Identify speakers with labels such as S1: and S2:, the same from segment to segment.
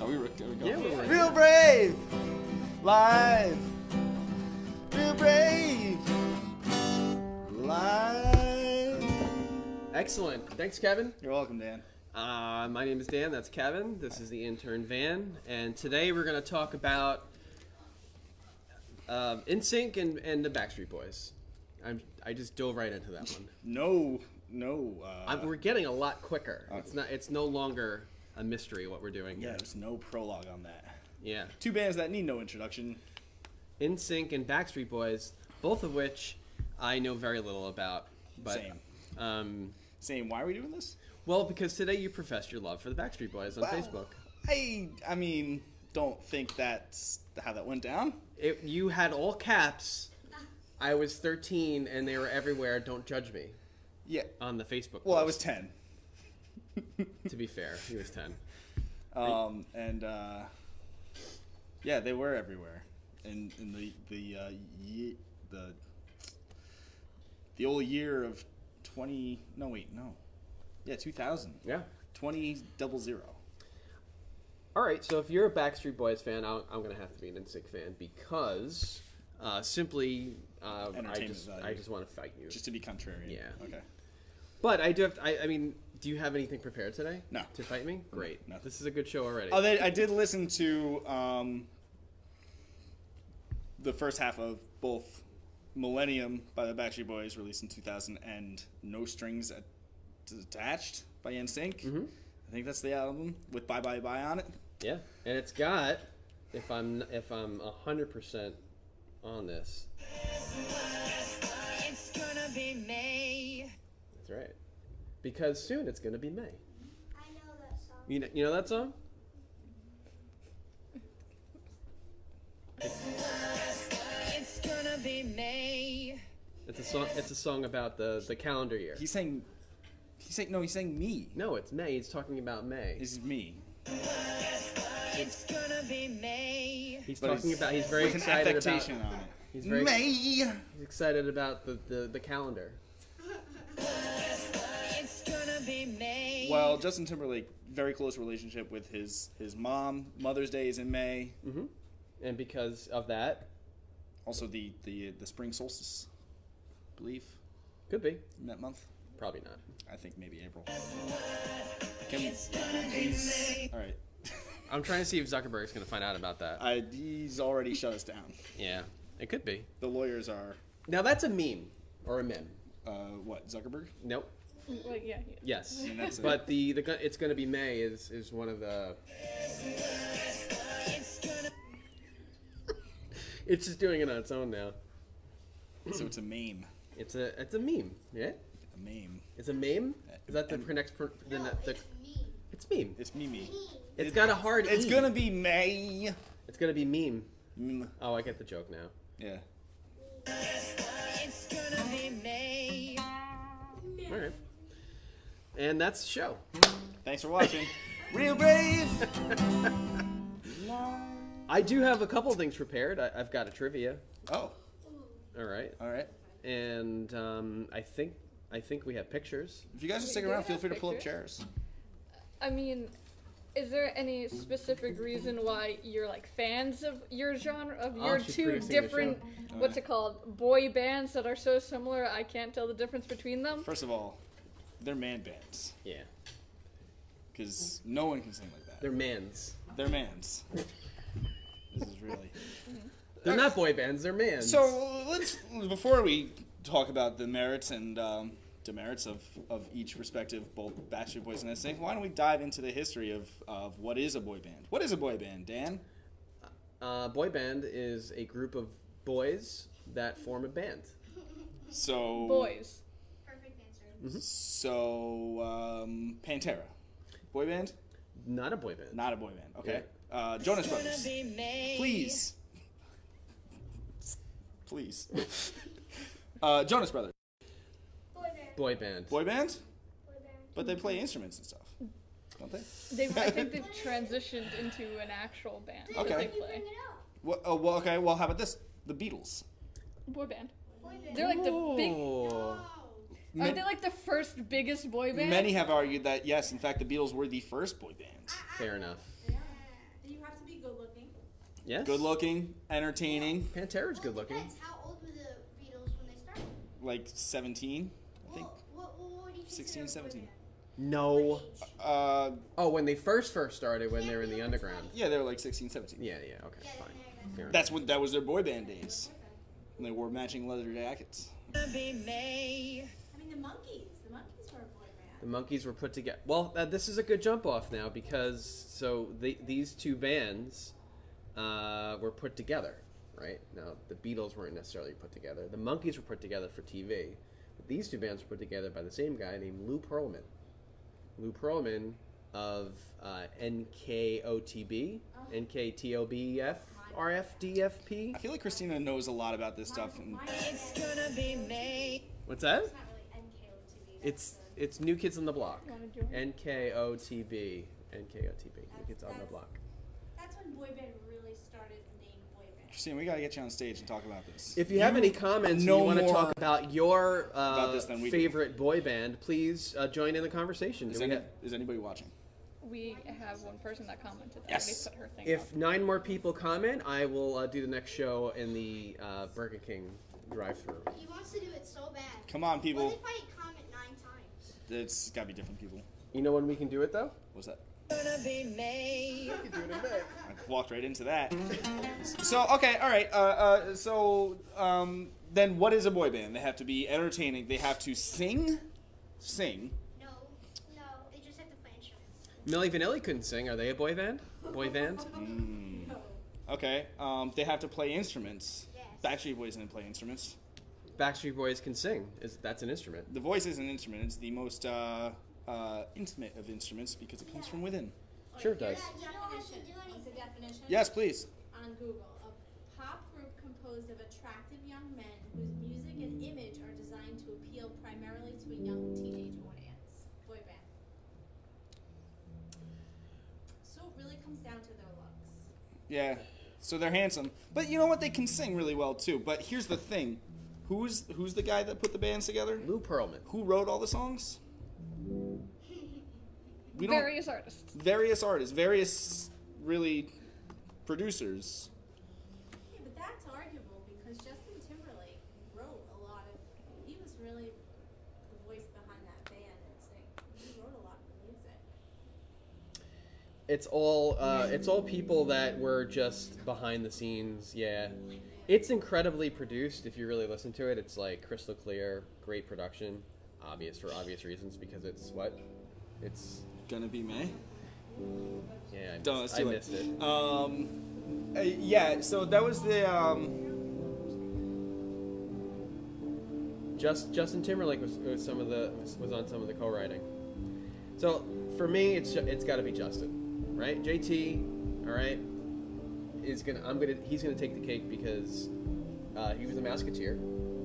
S1: Are we, rec- are we going?
S2: Yeah, we're
S3: Real brave. Live. Real brave. Live.
S2: Excellent. Thanks, Kevin.
S3: You're welcome, Dan.
S2: Uh, my name is Dan. That's Kevin. This is the intern Van, and today we're going to talk about um, NSYNC and and the Backstreet Boys. I'm I just dove right into that one.
S3: No, no. Uh,
S2: I'm, we're getting a lot quicker. It's not. It's no longer a mystery what we're doing.
S3: yeah,
S2: here.
S3: there's no prologue on that.
S2: Yeah.
S3: Two bands that need no introduction.
S2: NSYNC and Backstreet Boys, both of which I know very little about. But,
S3: Same.
S2: Um,
S3: Saying, why are we doing this?
S2: well, because today you professed your love for the Backstreet Boys on
S3: Wow.
S2: Facebook.
S3: I, I mean, don't think that's how that went down.
S2: It, you had all caps. I was 13 and they were everywhere. Don't judge me
S3: Yeah.
S2: on the Facebook.
S3: Well, I was
S2: post,
S3: 10.
S2: To be fair, he was 10.
S3: Um, and uh, yeah, they were everywhere, and in the the uh, ye- the the old year of twenty. No, wait, no, yeah, two thousand.
S2: Yeah.
S3: Twenty double zero.
S2: All right. So if you're a Backstreet Boys fan, I'm, I'm gonna have to be an NSYNC fan because uh, simply uh, I
S3: Entertainment
S2: just
S3: value.
S2: I just want to fight you.
S3: Just to be contrarian.
S2: Yeah.
S3: Okay.
S2: But I do have. I, I mean, do you have anything prepared today?
S3: No.
S2: To fight me? Great.
S3: nothing.
S2: This is a good show already.
S3: Oh, they, I did listen to um, the first half of both Millennium by the Backstreet Boys, released in 2000, and No Strings At- Attached by NSYNC.
S2: Mm-hmm.
S3: I think that's the album with Bye Bye Bye on it.
S2: yeah. And it's got. If I'm if I'm hundred percent on this,
S4: It's gonna be May.
S2: that's right. Because soon it's gonna be May.
S5: I know that song.
S2: You know, you know that song?
S4: It's gonna be May.
S2: It's a song. It's a song about the the calendar year.
S3: He's saying, he's saying, no, he's saying me.
S2: no, it's May. He's talking about May.
S3: This is me.
S4: It's gonna be May.
S2: He's
S3: but
S2: talking
S3: it's-
S2: about. He's very
S3: with an
S2: excited about.
S3: affectation on it.
S2: He's very
S3: May.
S2: he's excited about the, the the calendar.
S4: It's gonna be May.
S3: Well, Justin Timberlake, very close relationship with his his mom. Mother's Day is in May.
S2: Mm. And because of that,
S3: Also, the the the spring solstice, I believe
S2: could be
S3: in that month.
S2: probably not.
S3: I think maybe April. Can we,
S4: it's gonna be May.
S3: all right.
S2: I'm trying to see if Zuckerberg's gonna find out about that.
S3: I, he's already shut us down.
S2: Yeah, it could be.
S3: The lawyers are
S2: Now that's a meme or a meme.
S3: uh, what Zuckerberg.
S2: Nope.
S6: Well, yeah, yeah.
S2: Yes.
S3: And that's it.
S2: But the the gu- it's gonna be May is is one of the.
S4: It's gonna
S2: It's just doing it on its own now.
S3: so it's a meme.
S2: It's a it's a meme. Yeah.
S3: A meme.
S2: It's a meme. Is that the pr- next? Pr- the,
S5: No,
S2: the,
S5: it's mean.
S2: it's meme.
S3: It's meme.
S2: It's got a hard.
S3: It's
S2: E.
S3: gonna be May.
S2: It's gonna be meme.
S3: Mm.
S2: Oh, I get the joke now.
S3: Yeah.
S4: it's gonna be May.
S2: All right. And that's the show.
S3: Thanks for watching. Real brave.
S2: I do have a couple of things prepared. I, I've got a trivia.
S3: Oh,
S2: All right.
S3: all right.
S2: And um, I think I think we have pictures.
S3: If you guys are sticking
S6: do
S3: around,
S6: we
S3: feel
S6: have
S3: free to pull up
S6: pictures?
S3: chairs.
S6: I mean, is there any specific reason why you're like fans of your genre of
S2: Oh,
S6: your
S2: she's
S6: two
S2: producing the
S6: different
S5: Oh,
S3: show.
S6: what's
S3: Uh.
S6: it called boy bands that are so similar? I can't tell the difference between them.
S3: First of all, they're man bands
S2: Yeah.
S3: because no one can sing like that.
S2: They're mans.
S3: They're mans. this is really.
S2: They're not boy bands. They're mans.
S3: So let's before we talk about the merits and um, demerits of, of each respective both Backstreet Boys and NSYNC, why don't we dive into the history of, of what is a boy band? What is a boy band, Dan?
S2: uh, boy band is a group of boys that form a band.
S3: So
S6: Boys.
S5: Perfect answer.
S3: So um, Pantera, boy band?
S2: Not a boy band.
S3: Not a boy band. Okay. Uh, Jonas
S4: It's gonna
S3: Brothers.
S4: be May.
S3: Please. Please. uh, Jonas Brothers.
S5: Boy band.
S2: boy band.
S3: Boy band?
S5: Boy band.
S3: But they play instruments and stuff. Don't they?
S6: They, I think they've transitioned into an actual band that
S3: Okay.
S6: they
S5: You
S6: play.
S5: bring it up.
S3: Well, oh, well, okay. Well, how about this? The Beatles.
S6: Boy band.
S5: Boy band.
S6: They're like the big.
S2: Oh.
S6: Are they like the first biggest boy band?
S3: Many have argued that yes, in fact, the Beatles were the first boy band.
S2: Fair enough. Yes.
S3: Good looking, entertaining,
S2: Pantera's
S5: Well,
S2: good
S5: it
S2: looking.
S5: depends. How old were the Beatles when they started?
S3: like 17, I think.
S5: Well, what, what, what do you
S3: 16,
S5: consider boy
S3: 17.
S5: band?
S2: No.
S5: What age?
S3: Uh,
S2: Oh, when they first first started, when
S5: Can't
S2: they were in
S5: be
S2: the
S5: over
S2: underground.
S5: 20.
S3: yeah, they were like 16, 17.
S2: Yeah, yeah, okay,
S5: Yeah,
S2: fine.
S5: yeah,
S2: Fair
S3: That's when that was their boy band days.
S5: Okay.
S3: And they wore matching leather jackets.
S4: gonna be me.
S1: I mean, the monkeys. The monkeys were a boy
S2: The
S1: band.
S2: monkeys were put together. Well, uh, this is a good jump off now because so the, these two bands uh, were put together, right? Now the Beatles weren't necessarily put together. The monkeys were put together for TV. But these two bands were put together by the same guy named Lou Pearlman. Lou Pearlman of uh, NKOTB,
S1: Oh.
S2: NKTOBF, RFDFP.
S3: I feel like Christina knows a lot about this stuff. And
S1: Mine-
S4: It's gonna be me.
S2: What's that?
S1: It's not really NKOTB. that's
S2: It's
S1: the-
S2: it's New Kids on the Block.
S6: Wanna join?
S2: NKOTB, NKOTB, New Kids on the
S1: That's-
S2: Block.
S1: That's when boy band really started the name boy band.
S3: Christina, we gotta get you on stage and talk about this.
S2: If you, have any comments and
S3: know
S2: you want to
S3: more
S2: talk about your uh,
S3: about this than we do.
S2: favorite boy band, please uh, join in the conversation. Do
S3: is,
S2: we
S3: any,
S2: have-
S3: is anybody watching?
S6: We have one person that commented. I
S3: Yes.
S6: already put her thing up.
S2: if nine more people comment, I will uh, do the next show in the uh, Burger King drive-through.
S5: He wants to do it so bad.
S3: Come on,
S5: What
S3: people.
S5: if I comment nine times?
S3: It's gotta be different people.
S2: You know when we can do it though?
S3: What's that?
S4: Gonna be me.
S2: We can do it in May.
S3: I walked right into that. So okay, all right. Uh, uh, so um, then, what is a boy band? They have to be entertaining. They have to sing, sing.
S5: No, no. They just have to play instruments.
S2: Millie Vanilli couldn't sing. Are they a boy band? Boy band?
S3: Hmm.
S1: No.
S3: Okay. Um, they have to play instruments.
S5: Yes.
S3: Backstreet Boys didn't play instruments.
S2: Backstreet Boys can sing. Is that's an instrument?
S3: The voice is an instrument. It's the most uh, uh, intimate of instruments because it comes from within.
S2: Sure it does.
S1: You don't have to do anything. It's a definition.
S3: Yes, please.
S1: on Google. A pop group composed of attractive young men whose music and image are designed to appeal primarily to a young teenage audience. Boy band. So it really comes down to their looks.
S3: Yeah. So they're handsome, but you know what? They can sing really well too. But here's the thing: who's who's the guy that put the bands together?
S2: Lou Pearlman.
S3: who wrote all the songs? We don't various,
S6: Various artists.
S3: artists, various really producers.
S1: Yeah, but that's arguable because Justin Timberlake wrote a lot of. He was really the voice behind that band and sing. He wrote a lot of the music.
S2: It's all uh, it's all people that were just behind the scenes. Yeah, it's incredibly produced. If you really listen to it, it's like crystal clear, great production. Obvious for obvious reasons because it's what it's
S3: Gonna be May.
S2: yeah. I missed,
S3: Don't, it's
S2: I
S3: too late.
S2: missed it.
S3: Um, uh, yeah. So that was the um,
S2: Just Justin Timberlake was, was some of the was on some of the co-writing. So for me, it's ju- it's got to be Justin, right? JT, all right, is gonna I'm gonna he's gonna take the cake because uh, he was a Masketeer.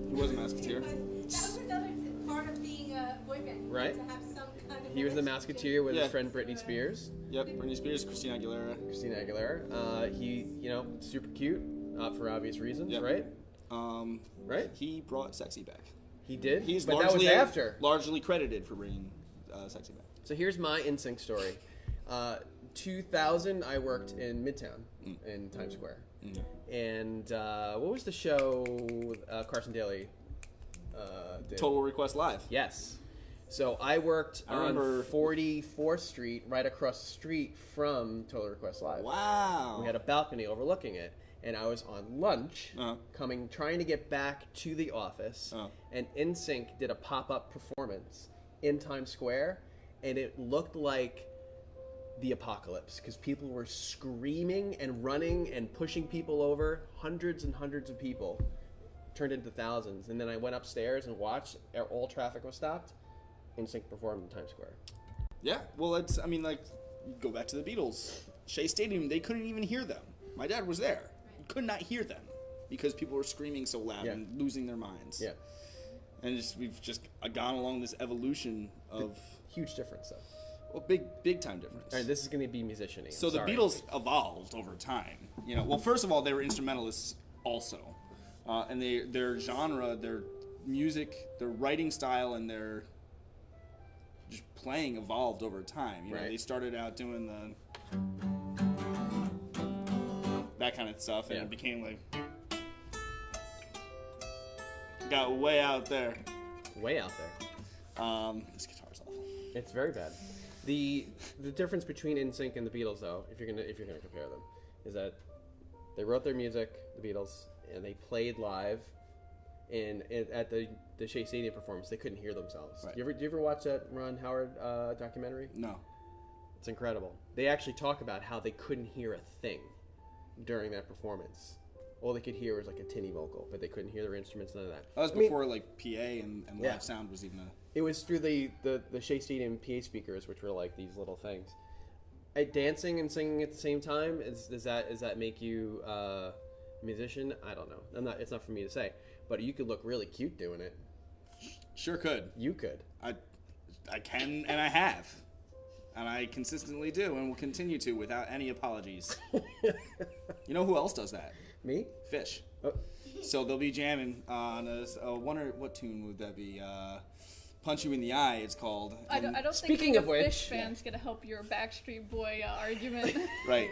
S3: he was a masketeer.
S1: Because that was another th- part of being a boy band.
S2: Right.
S1: To have some kind of
S2: He was the
S1: relationship.
S2: Masketeer with
S3: Yeah.
S2: his friend Britney Spears,
S3: Yep. Britney Spears, Christina Aguilera.
S2: Christina Aguilera. Uh, he, you know, super cute, uh, for obvious reasons,
S3: Yeah.
S2: right?
S3: Um,
S2: Right?
S3: he brought sexy back.
S2: He did,
S3: He's
S2: but that
S3: largely
S2: was after.
S3: largely credited for bringing uh, sexy back.
S2: So here's my NSYNC story. Uh, 2000, I worked in Midtown, in Times Square,
S3: Mm.
S2: and uh, what was the show uh, Carson Daly uh, did?
S3: Total Request Live.
S2: Yes. So I worked
S3: I
S2: on
S3: remember-
S2: 44th Street, right across the street from Total Request Live.
S3: Wow.
S2: We had a balcony overlooking it, and I was on lunch,
S3: Uh-huh.
S2: coming trying to get back to the office,
S3: Uh-huh.
S2: and NSYNC did a pop up performance in Times Square, and it looked like the apocalypse because people were screaming and running and pushing people over, hundreds and hundreds of people turned into thousands, and then I went upstairs and watched. e-, All traffic was stopped. NSYNC performed in Times Square.
S3: Yeah, well, it's, I mean, like, you go back to the Beatles. Shea Stadium, they couldn't even hear them. My dad was there. You could not hear them because people were screaming so loud
S2: Yeah.
S3: and losing their minds.
S2: Yeah,
S3: And just, we've just gone along this evolution of
S2: huge difference though.
S3: well, big, big time difference.
S2: All right, this is going to be musicianing.
S3: so the Beatles evolved over time. You know, well, first of all, they were instrumentalists also. Uh, and they, their genre, their music, their writing style, and their just playing evolved over time. You know,
S2: Right.
S3: they started out doing the that kind of stuff, and
S2: Yeah.
S3: it became like got way out there.
S2: Way out there.
S3: Um, this guitar's awful.
S2: It's very bad. The the difference between NSYNC and the Beatles, though, if you're gonna if you're gonna compare them, is that they wrote their music, the Beatles, and they played live. And it, at the the Shea Stadium performance, they couldn't hear themselves.
S3: Right.
S2: You ever do you ever watch that Ron Howard uh, documentary?
S3: No,
S2: It's incredible. They actually talk about how they couldn't hear a thing during that performance. All they could hear was like a tinny vocal, but they couldn't hear their instruments. None of that.
S3: that was
S2: I mean,
S3: before like PA and, and live
S2: Yeah.
S3: sound was even a
S2: it was through the the the Shea Stadium PA speakers, which were like these little things. Uh, dancing and singing at the same time is does that does that make you uh, a musician? I don't know. I'm not. It's not for me to say. But you could look really cute doing it.
S3: sure could.
S2: You could.
S3: I I can and I have, and I consistently do, and will continue to without any apologies. you know who else does that?
S2: me?
S3: Fish.
S2: Oh,
S3: So they'll be jamming on a, a one or what tune would that be? Uh, Punch you in the eye. It's called.
S6: I don't,
S3: And-
S6: I don't
S2: Speaking
S6: think
S2: of
S6: being a Fish
S2: which-
S6: fan's gonna help your Backstreet Boy uh, argument.
S3: Right.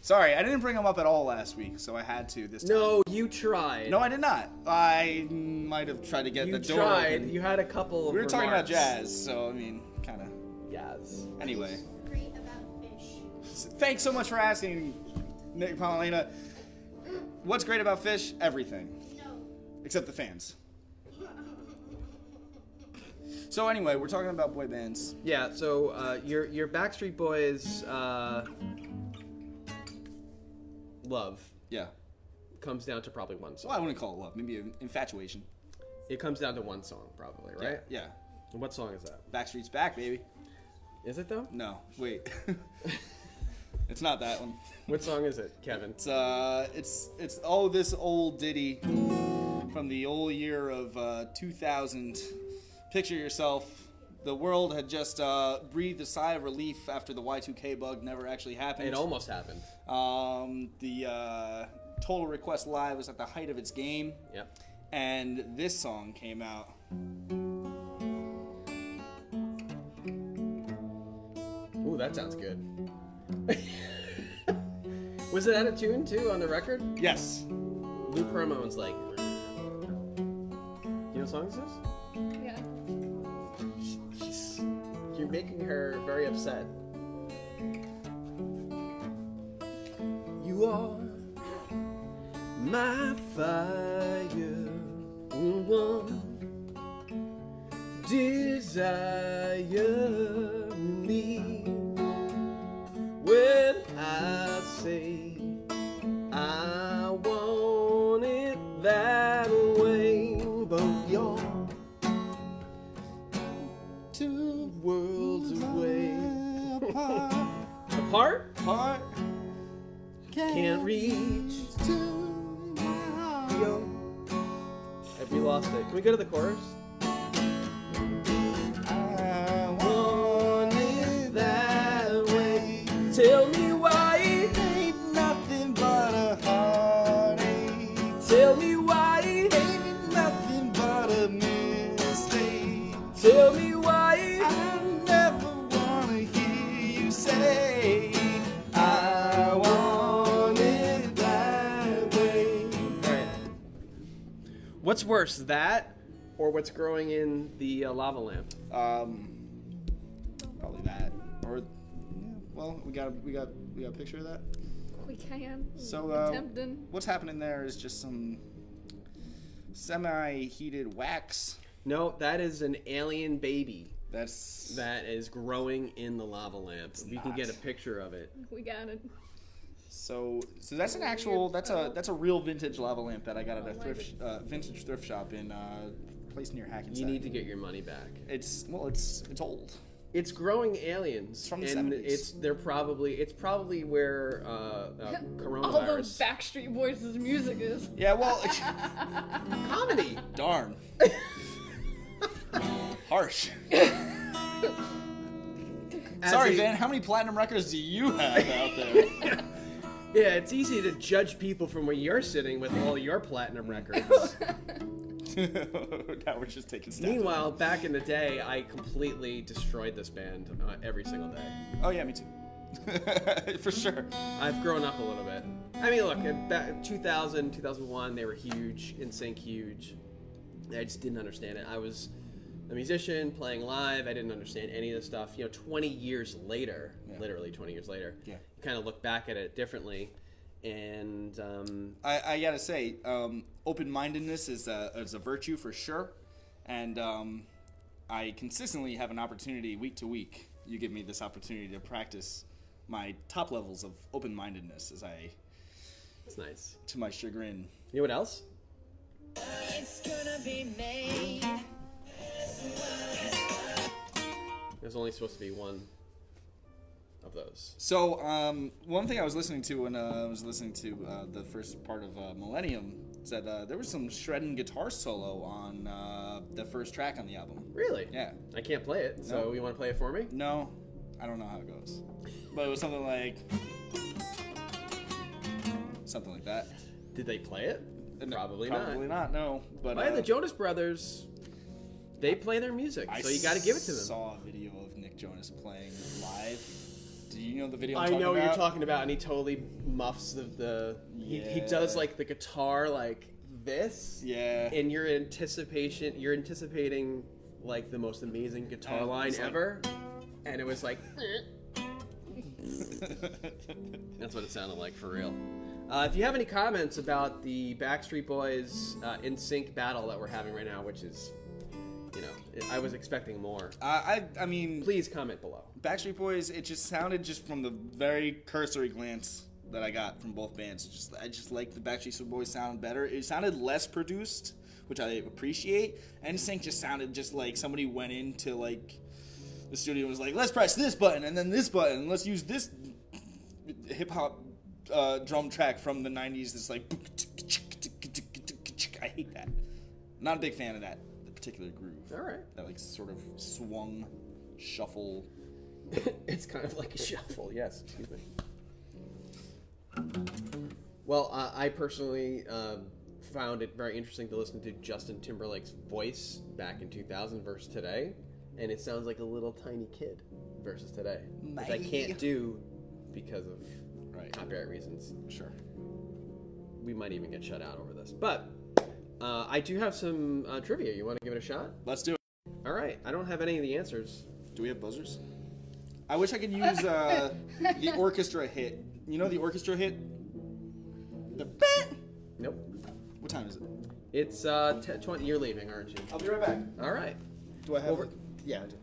S3: Sorry, I didn't bring them up at all last week, so I had to this time.
S2: no, you tried.
S3: No, I did not. I might have tried to get
S2: you
S3: the door.
S2: tried.
S3: open.
S2: You had a couple.
S3: we were talking about jazz, so I mean, kind of.
S2: Jazz.
S3: Anyway,
S5: Great about fish.
S3: S- thanks so much for asking, Nick Paulina. What's great about fish? Everything,
S5: No.
S3: except the fans. So anyway, we're talking about boy bands.
S2: Yeah. So uh, your your Backstreet Boys uh, love
S3: Yeah.
S2: comes down to probably one song.
S3: Well, I wouldn't call it love. Maybe an infatuation.
S2: It comes down to one song, probably, right?
S3: Yeah.
S2: And What song is that?
S3: Backstreet's back, baby.
S2: Is it though?
S3: No, wait. it's not that one.
S2: What song is it, Kevin?
S3: It's uh, it's it's oh this old ditty from the old year of uh, 2000. Picture yourself. The world had just uh, breathed a sigh of relief after the Y2K bug never actually happened.
S2: It almost happened.
S3: um, the uh, Total Request Live was at the height of its game,
S2: Yep.
S3: and this song came out.
S2: Ooh, that sounds good. Was it out of tune too on the record?
S3: Yes,
S2: Lou Perlman's like. You know what song this is?
S6: yeah.
S2: She's, you're making her very upset. You are my fire, one desire me when I say I want it that way, but you're two worlds away. Apart?
S3: Heart
S2: Can't reach.
S3: to my heart.
S2: Yo. If we lost it, can we go to the chorus?
S3: I want it that way.
S2: Tell me why.
S3: Ain't nothing but a heartache.
S2: Tell me why.
S3: Ain't nothing but a mistake.
S2: Tell me why.
S3: I never wanna hear you say I want it that way.
S2: Alright. What's worse, that or what's growing in the uh, lava lamp?
S3: Um, probably that. Or, yeah, well, we got we got we got a picture of that.
S6: We can.
S3: So, uh,
S6: Tempting.
S3: what's happening there is just some semi-heated wax.
S2: No, that is an alien baby
S3: That's
S2: that is growing in the lava lamp. We can
S3: not.
S2: get a picture of it.
S6: We got it.
S3: So, so that's an actual. That's a that's a real vintage lava lamp that I got at a thrift uh, vintage thrift shop in uh, a place near Hackensack.
S2: You need to get your money back.
S3: It's well, it's it's old.
S2: It's growing aliens,
S3: from the
S2: and
S3: 70s.
S2: it's they're probably it's probably where uh, uh, coronavirus
S6: All those Backstreet Boys' music is.
S3: Yeah, well,
S2: comedy.
S3: darn, harsh.
S2: As
S3: Sorry,
S2: a-
S3: Van. How many platinum records do you have out there?
S2: Yeah, it's easy to judge people from where you're sitting with all your platinum records.
S3: now we're just taking stabs.
S2: Meanwhile, back in the day, I completely destroyed this band uh, every single day.
S3: oh yeah, me too. For sure.
S2: I've grown up a little bit. I mean, look, in back 2000, 2001, they were huge, in sync huge. I just didn't understand it. I was a musician playing live. I didn't understand any of this stuff. You know, 20 years later,
S3: Yeah.
S2: literally 20 years later,
S3: Yeah.
S2: you kind of look back at it differently. And um,
S3: I, I gotta say, um, open mindedness is a, is a virtue for sure. And um, I consistently have an opportunity week to week. You give me this opportunity to practice my top levels of open mindedness as I,
S2: it's nice.
S3: to my chagrin.
S2: You know what else?
S4: It's gonna be me.
S2: There's only supposed to be one of those.
S3: So, um, one thing I was listening to when uh, I was listening to uh, the first part of uh, Millennium is that uh, there was some shredding guitar solo on uh, the first track on the album.
S2: Really?
S3: Yeah.
S2: I can't play it. So
S3: No.
S2: you want to play it for me?
S3: No, I don't know how it goes. But it was something like. Something like that.
S2: Did they play it?
S3: And
S2: Probably,
S3: Uh, Probably not, no. But
S2: Why
S3: uh,
S2: the Jonas Brothers? They play their music, so you got to give it to
S3: I
S2: them.
S3: saw a video of Nick Jonas playing live. Do you know the video? I'm
S2: I
S3: talking
S2: know what you're
S3: about?
S2: talking about, and he totally muffs the. the he, he does
S3: Yeah.
S2: like the guitar like this,
S3: Yeah.
S2: and you're anticipation. You're anticipating like the most amazing guitar
S3: And it's
S2: line
S3: like-
S2: ever, and it was like that's what it sounded like for real. Uh, if you have any comments about the Backstreet Boys uh, in sync battle that we're having right now, which is, you know, I was expecting more.
S3: uh, I, I mean,
S2: Please comment below.
S3: Backstreet Boys, it just sounded just from the very cursory glance that I got from both bands. it Just I just like the Backstreet Boys sound better. It sounded less produced, which I appreciate. And Sync just sounded just like somebody went into like the studio and was like, let's press this button and then this button. Let's use this hip hop uh, drum track from the '90s. That's like I hate that. Not a big fan of that particular groove.
S2: All right.
S3: That like sort of swung shuffle
S2: it's kind of like a shuffle. Yes. Excuse me. Well, uh, I personally um, found it very interesting to listen to Justin Timberlake's voice back in 2000 versus today, and it sounds like a little tiny kid versus today, which I can't do because of
S3: Right.
S2: copyright reasons.
S3: Sure.
S2: We might even get shut out over this, but. Uh, I do have some uh, trivia. You want to give it a shot?
S3: Let's do it.
S2: All right. I don't have any of the answers.
S3: Do we have buzzers? I wish I could use uh, the orchestra hit. You know the orchestra hit? The
S2: Nope.
S3: What time is it?
S2: It's uh, t- 20. You're leaving, aren't you?
S3: I'll be right back.
S2: All right.
S3: Do I have
S2: Over-
S3: it? Yeah, I do.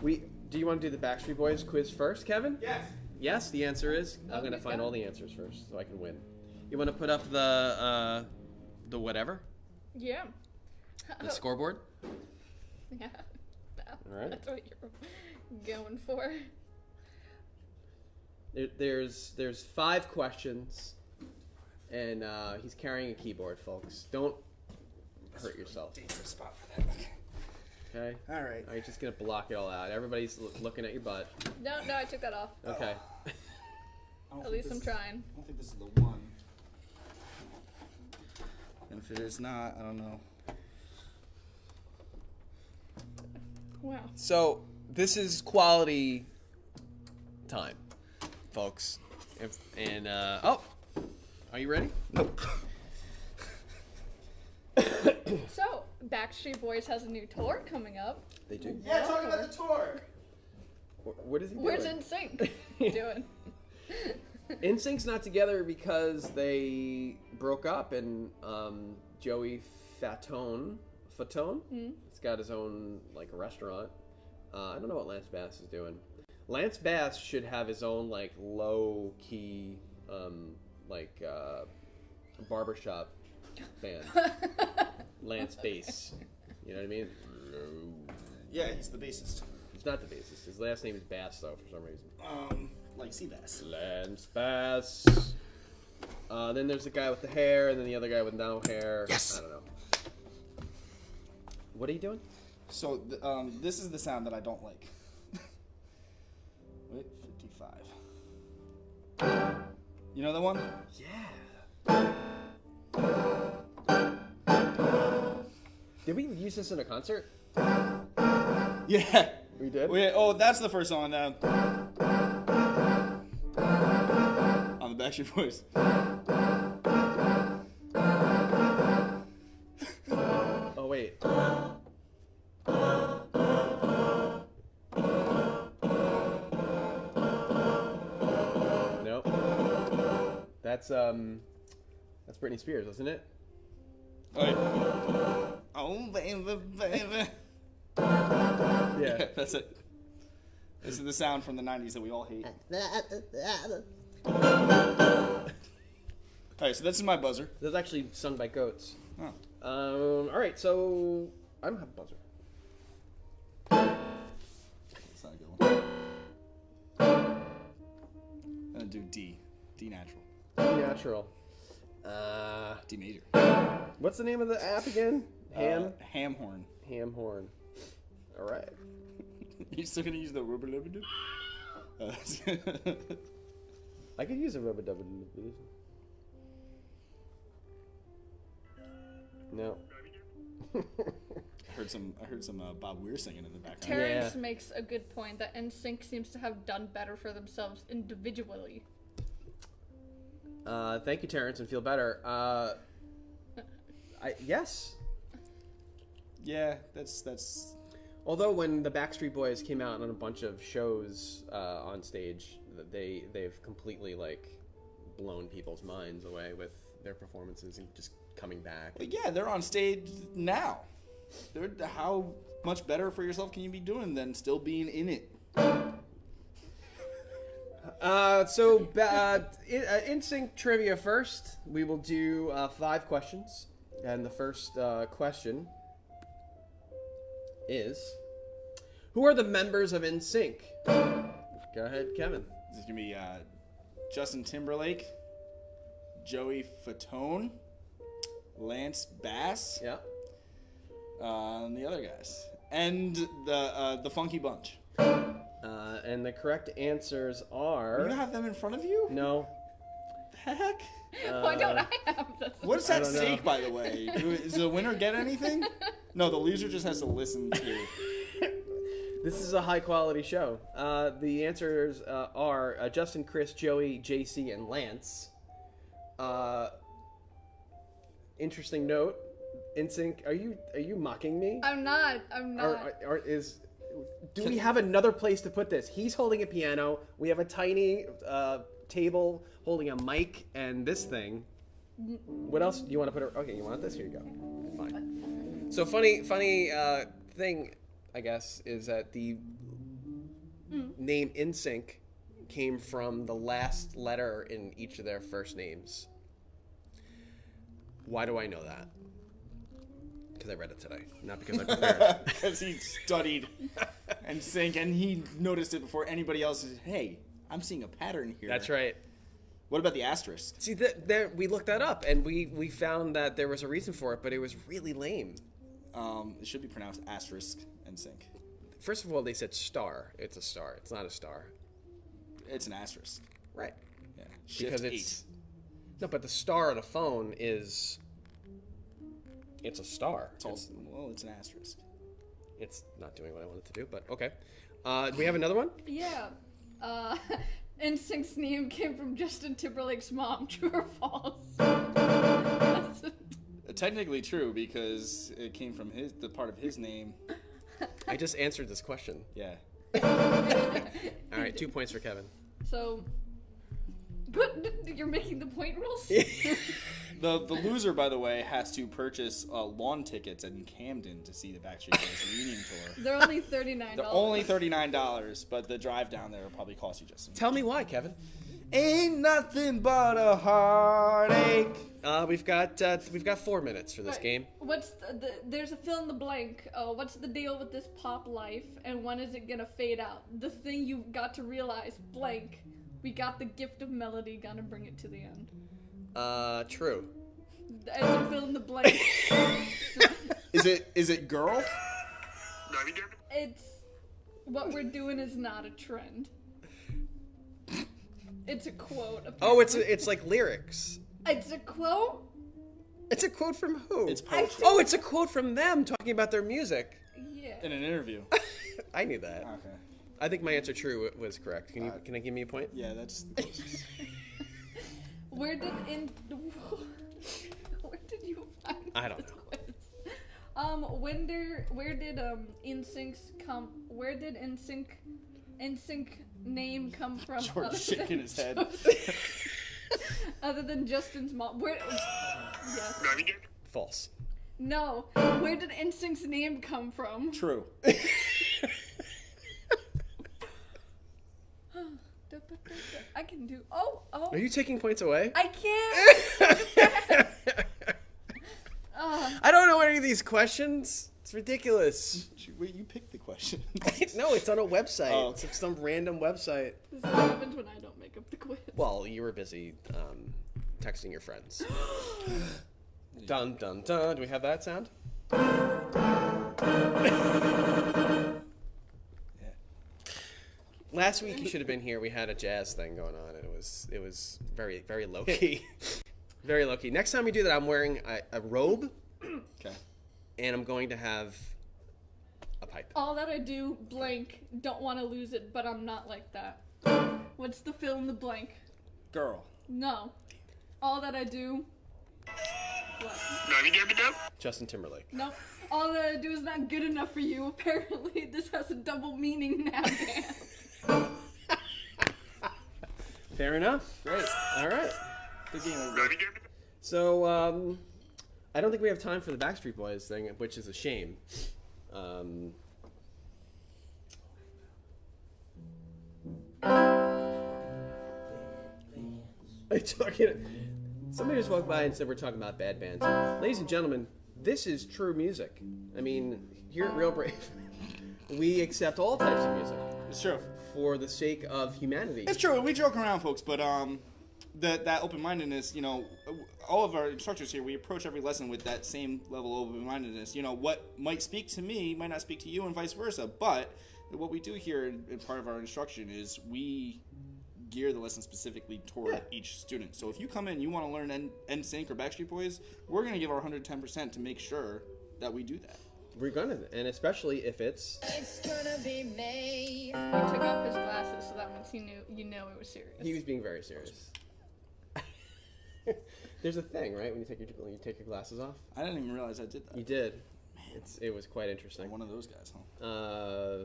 S2: We do you want to do the Backstreet Boys quiz first, Kevin?
S3: Yes.
S2: Yes, the answer is I'm gonna find all the answers first so I can win. You want to put up the uh, the whatever
S6: Yeah. Uh-huh.
S2: the scoreboard?
S6: Yeah. That-
S2: Alright.
S6: That's what you're going for.
S2: There, there's there's five questions, and uh, he's carrying a keyboard, folks. Don't hurt yourself.
S3: Dangerous spot for that. Okay.
S2: Okay.
S3: All right.
S2: I'm just gonna block it all out. Everybody's loo- looking at your butt.
S6: No, no, I took that off.
S2: Okay.
S3: I don't
S6: At
S3: think
S6: least
S3: this
S6: I'm
S3: is-
S6: trying.
S3: I don't think this is the one. And if it is not, I don't know.
S6: Wow.
S2: So this is quality time, folks. If, and uh, oh, are you ready?
S3: Nope.
S6: So, Backstreet Boys has a new tour coming up.
S2: They do.
S3: yeah, talk about the tour.
S2: What is he
S6: Where's
S2: doing?
S6: in sync doing?
S2: Insync's not together because they broke up, and um, Joey Fatone, Fatone, it's got his own like restaurant. Uh, I don't know what Lance Bass is doing. Lance Bass should have his own like low key, um, like uh, barbershop band. Lance Bass, you know what I mean?
S3: Yeah, he's the bassist.
S2: He's not the bassist. His last name is Bass though, for some reason.
S3: Um, like Seabass.
S2: Lance Bass. Uh, then there's the guy with the hair, and then the other guy with no hair.
S3: Yes.
S2: I don't know. What are you doing?
S3: So th- um, this is the sound that I don't like. Wait, 55. You know that one?
S2: Yeah. Did we use this in a concert?
S3: Yeah.
S2: We did.
S3: Wait, oh, that's the first song. Now. Backstreet Boys.
S2: Oh wait. Nope. That's um, that's Britney Spears, isn't it?
S3: Alright. Oh baby, baby.
S2: Yeah.
S3: that's it. This is the sound from the '90s that we all hate. All right, so this is my buzzer.
S2: That's actually sung by goats.
S3: Oh.
S2: Um. All right. So I don't have a buzzer.
S3: That's not a good one. I'm gonna do D. D natural.
S2: Natural. Uh,
S3: D major.
S2: what's the name of the app again? Ham.
S3: Uh, ham horn.
S2: Ham horn. All right.
S3: You're still gonna use the rubber lubber doo? Uh,
S2: I could use a rubber dubber. No.
S3: I heard some. I heard some uh, Bob Weir singing in the background.
S6: Terrence
S2: Yeah.
S6: makes a good point that NSYNC seems to have done better for themselves individually.
S2: Uh, thank you, Terrence, and feel better. Uh, I yes.
S3: Yeah, that's that's.
S2: Although when the Backstreet Boys came out on a bunch of shows uh, on stage, th- they they've completely like blown people's minds away with their performances and just coming back.
S3: But yeah, they're on stage now. They're, how much better for yourself can you be doing than still being in it?
S2: Uh, so ba- uh, in, uh, instinct trivia first. We will do uh, five questions, and the first uh, question is: Who are the members of InSync? Go ahead, Kevin.
S3: This is gonna be uh, Justin Timberlake, Joey Fatone, Lance Bass,
S2: Yeah.
S3: uh, and the other guys, and the uh, the Funky Bunch.
S2: Uh, and the correct answers
S3: You don't
S2: are
S3: have them in front of you?
S2: no.
S3: The heck?
S6: Why don't
S2: Uh,
S6: I have this?
S3: What's
S2: I
S3: that
S2: don't know.
S3: stake, by the way? Does the winner get anything? No, the loser just has to listen to.
S2: This is a high quality show. Uh, the answers uh, are uh, Justin, Chris, Joey, JC, and Lance. Uh, interesting note, NSYNC. Are you are you mocking me?
S6: I'm not. I'm not.
S2: Or, or is do we have another place to put this? He's holding a piano. We have a tiny uh, table holding a mic and this thing. What else do you want to put? a- Okay, you want this? Here you go. Fine. So funny, funny uh, thing, I guess, is that the name InSync came from the last letter in each of their first names. Why do I know that? Because I read it today, not because I prepared.
S3: because he studied and sank, and he noticed it before anybody else. Said, hey, I'm seeing a pattern here.
S2: That's right.
S3: What about the asterisk?
S2: See, that there we looked that up and we we found that there was a reason for it, but it was really lame.
S3: Um, it should be pronounced asterisk and sync.
S2: First of all, they said star. It's a star. It's not a star,
S3: It's an asterisk.
S2: right?
S3: Yeah. Shift E.
S2: Because it's no, but the star on a phone is it's a star.
S3: eight. It's also, well, it's an asterisk. Uh,
S2: It's not doing what I wanted to do, but okay. Uh, do we have another one?
S6: Yeah. Uh, NSYNC's name came from Justin Timberlake's mom. True or false?
S3: Uh, technically true because it came from his the part of his name.
S2: I just answered this question.
S3: Yeah.
S2: All right, two points for Kevin.
S6: so, good. You're making the point rules.
S3: The the loser, by the way, has to purchase uh, lawn tickets in Camden to see the Backstreet Boys reunion tour.
S6: They're only thirty nine
S3: They're
S6: dollars.
S3: only thirty nine dollars, but the drive down there will probably cost you just.
S2: Tell me why, Kevin.
S3: Ain't nothing but a heartache.
S2: Uh, we've got uh, we've got four minutes for this
S6: Right.
S2: game.
S6: What's the, the there's a fill in the blank. Uh, what's the deal with this pop life, and when is it gonna fade out? The thing you've got to realize, blank. We got the gift of melody, gonna bring it to the end.
S2: Uh, true.
S6: As a fill in the blank,
S3: Is it is it girl?
S6: it's what we're doing is not a trend. It's a quote.
S2: Oh, it's a, it's like lyrics.
S6: it's a quote.
S2: It's a quote from who?
S3: It's poetry.
S2: oh, it's a quote from them talking about their music.
S3: in
S6: Yeah.
S3: an interview.
S2: I knew that.
S3: Okay. Uh,
S2: I think my answer true was correct. Can you can I give me a point?
S3: Yeah, that's the closest.
S6: Where did in where did you find
S2: I don't
S6: this
S2: know.
S6: quiz? Um, when der, where did um InSync's come? Where did InSync InSync name come from?
S3: George
S6: other
S3: shaking
S6: than
S3: his head.
S6: other than Justin's mom, where? Yes.
S2: False.
S6: No. Where did InSync's name come from?
S3: True.
S6: I can do. Oh, oh.
S2: Are you taking points away?
S6: I can't. Ugh.
S2: I don't know any of these questions. It's ridiculous.
S3: Wait, you picked the question.
S2: no, it's on a website.
S3: Oh.
S2: It's some random website.
S6: This is what happens when I don't make up the quiz.
S2: Well, you were busy um, texting your friends. dun dun dun. Do we have that sound? Last week you should have been here. We had a jazz thing going on, and it was it was very very low key, very low key. Next time we do that, I'm wearing a, a robe,
S3: Okay.
S2: and I'm going to have a pipe.
S6: All that I do, blank, don't want to lose it, but I'm not like that. What's the fill in the blank?
S3: Girl.
S6: No. All that I do. What?
S2: Justin Timberlake.
S6: Nope. All that I do is not good enough for you. Apparently, this has a double meaning now, Dan.
S2: Fair enough.
S3: Great.
S2: All right.
S3: Good game, everybody.
S2: So um, I don't think we have time for the Backstreet Boys thing, which is a shame. Um, Are you talking? Somebody just walked by and said we're talking about bad bands. Ladies and gentlemen, this is true music. I mean, here at Real Brave, we accept all types of music
S3: It's true.
S2: for the sake of humanity.
S3: It's true. We joke around, folks, but um, that that open-mindedness, you know, all of our instructors here, we approach every lesson with that same level of open-mindedness. You know, what might speak to me might not speak to you, and vice versa. But what we do here, in in part of our instruction, is we gear the lesson specifically toward
S2: Yeah.
S3: each student. So if you come in, you want to learn N- NSYNC or Backstreet Boys, we're going to give our 110% to make sure that we do that.
S2: We're gonna, and especially if it's
S4: It's gonna be May.
S6: He took off his glasses, so that means he knew you know it was serious.
S2: He was being very serious. There's a thing, right? When you take your when you take your glasses off,
S3: I didn't even realize I did that.
S2: you did. It's it was quite
S3: I'm
S2: interesting.
S3: one of those guys, huh?
S2: Uh,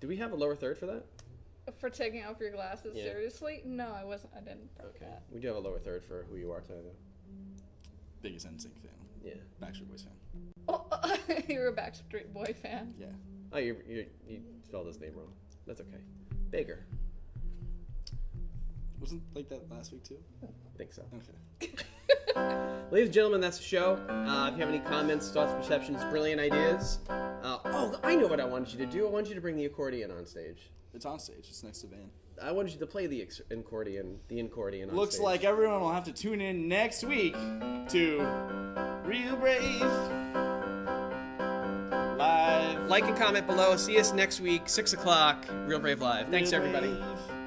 S2: do we have a lower third for that?
S6: For taking off your glasses
S2: Yeah.
S6: seriously? No, I wasn't. I didn't.
S2: Okay, we do have a lower third for who you are today, though.
S3: Biggest NSYNC fan,
S2: Yeah.
S3: Backstreet Boys fan.
S6: Oh, you're a Backstreet Boy fan.
S3: Yeah.
S2: Oh, you you you spelled his name wrong. That's okay. Baker.
S3: Wasn't like that last week too?
S2: I think so.
S3: Okay.
S2: Ladies and gentlemen, that's the show. Uh, if you have any comments, thoughts, perceptions, brilliant ideas. Uh, oh, I know what I wanted you to do. I wanted you to bring the accordion on stage.
S3: It's on stage. It's next to Van.
S2: I wanted you to play the ex- accordion, the accordion on
S3: Looks
S2: stage.
S3: like everyone will have to tune in next week to Real Brave Live.
S2: Like and comment below. See us next week, 6 o'clock, Real Brave Live. Thanks,
S3: Real
S2: everybody.
S3: Brave.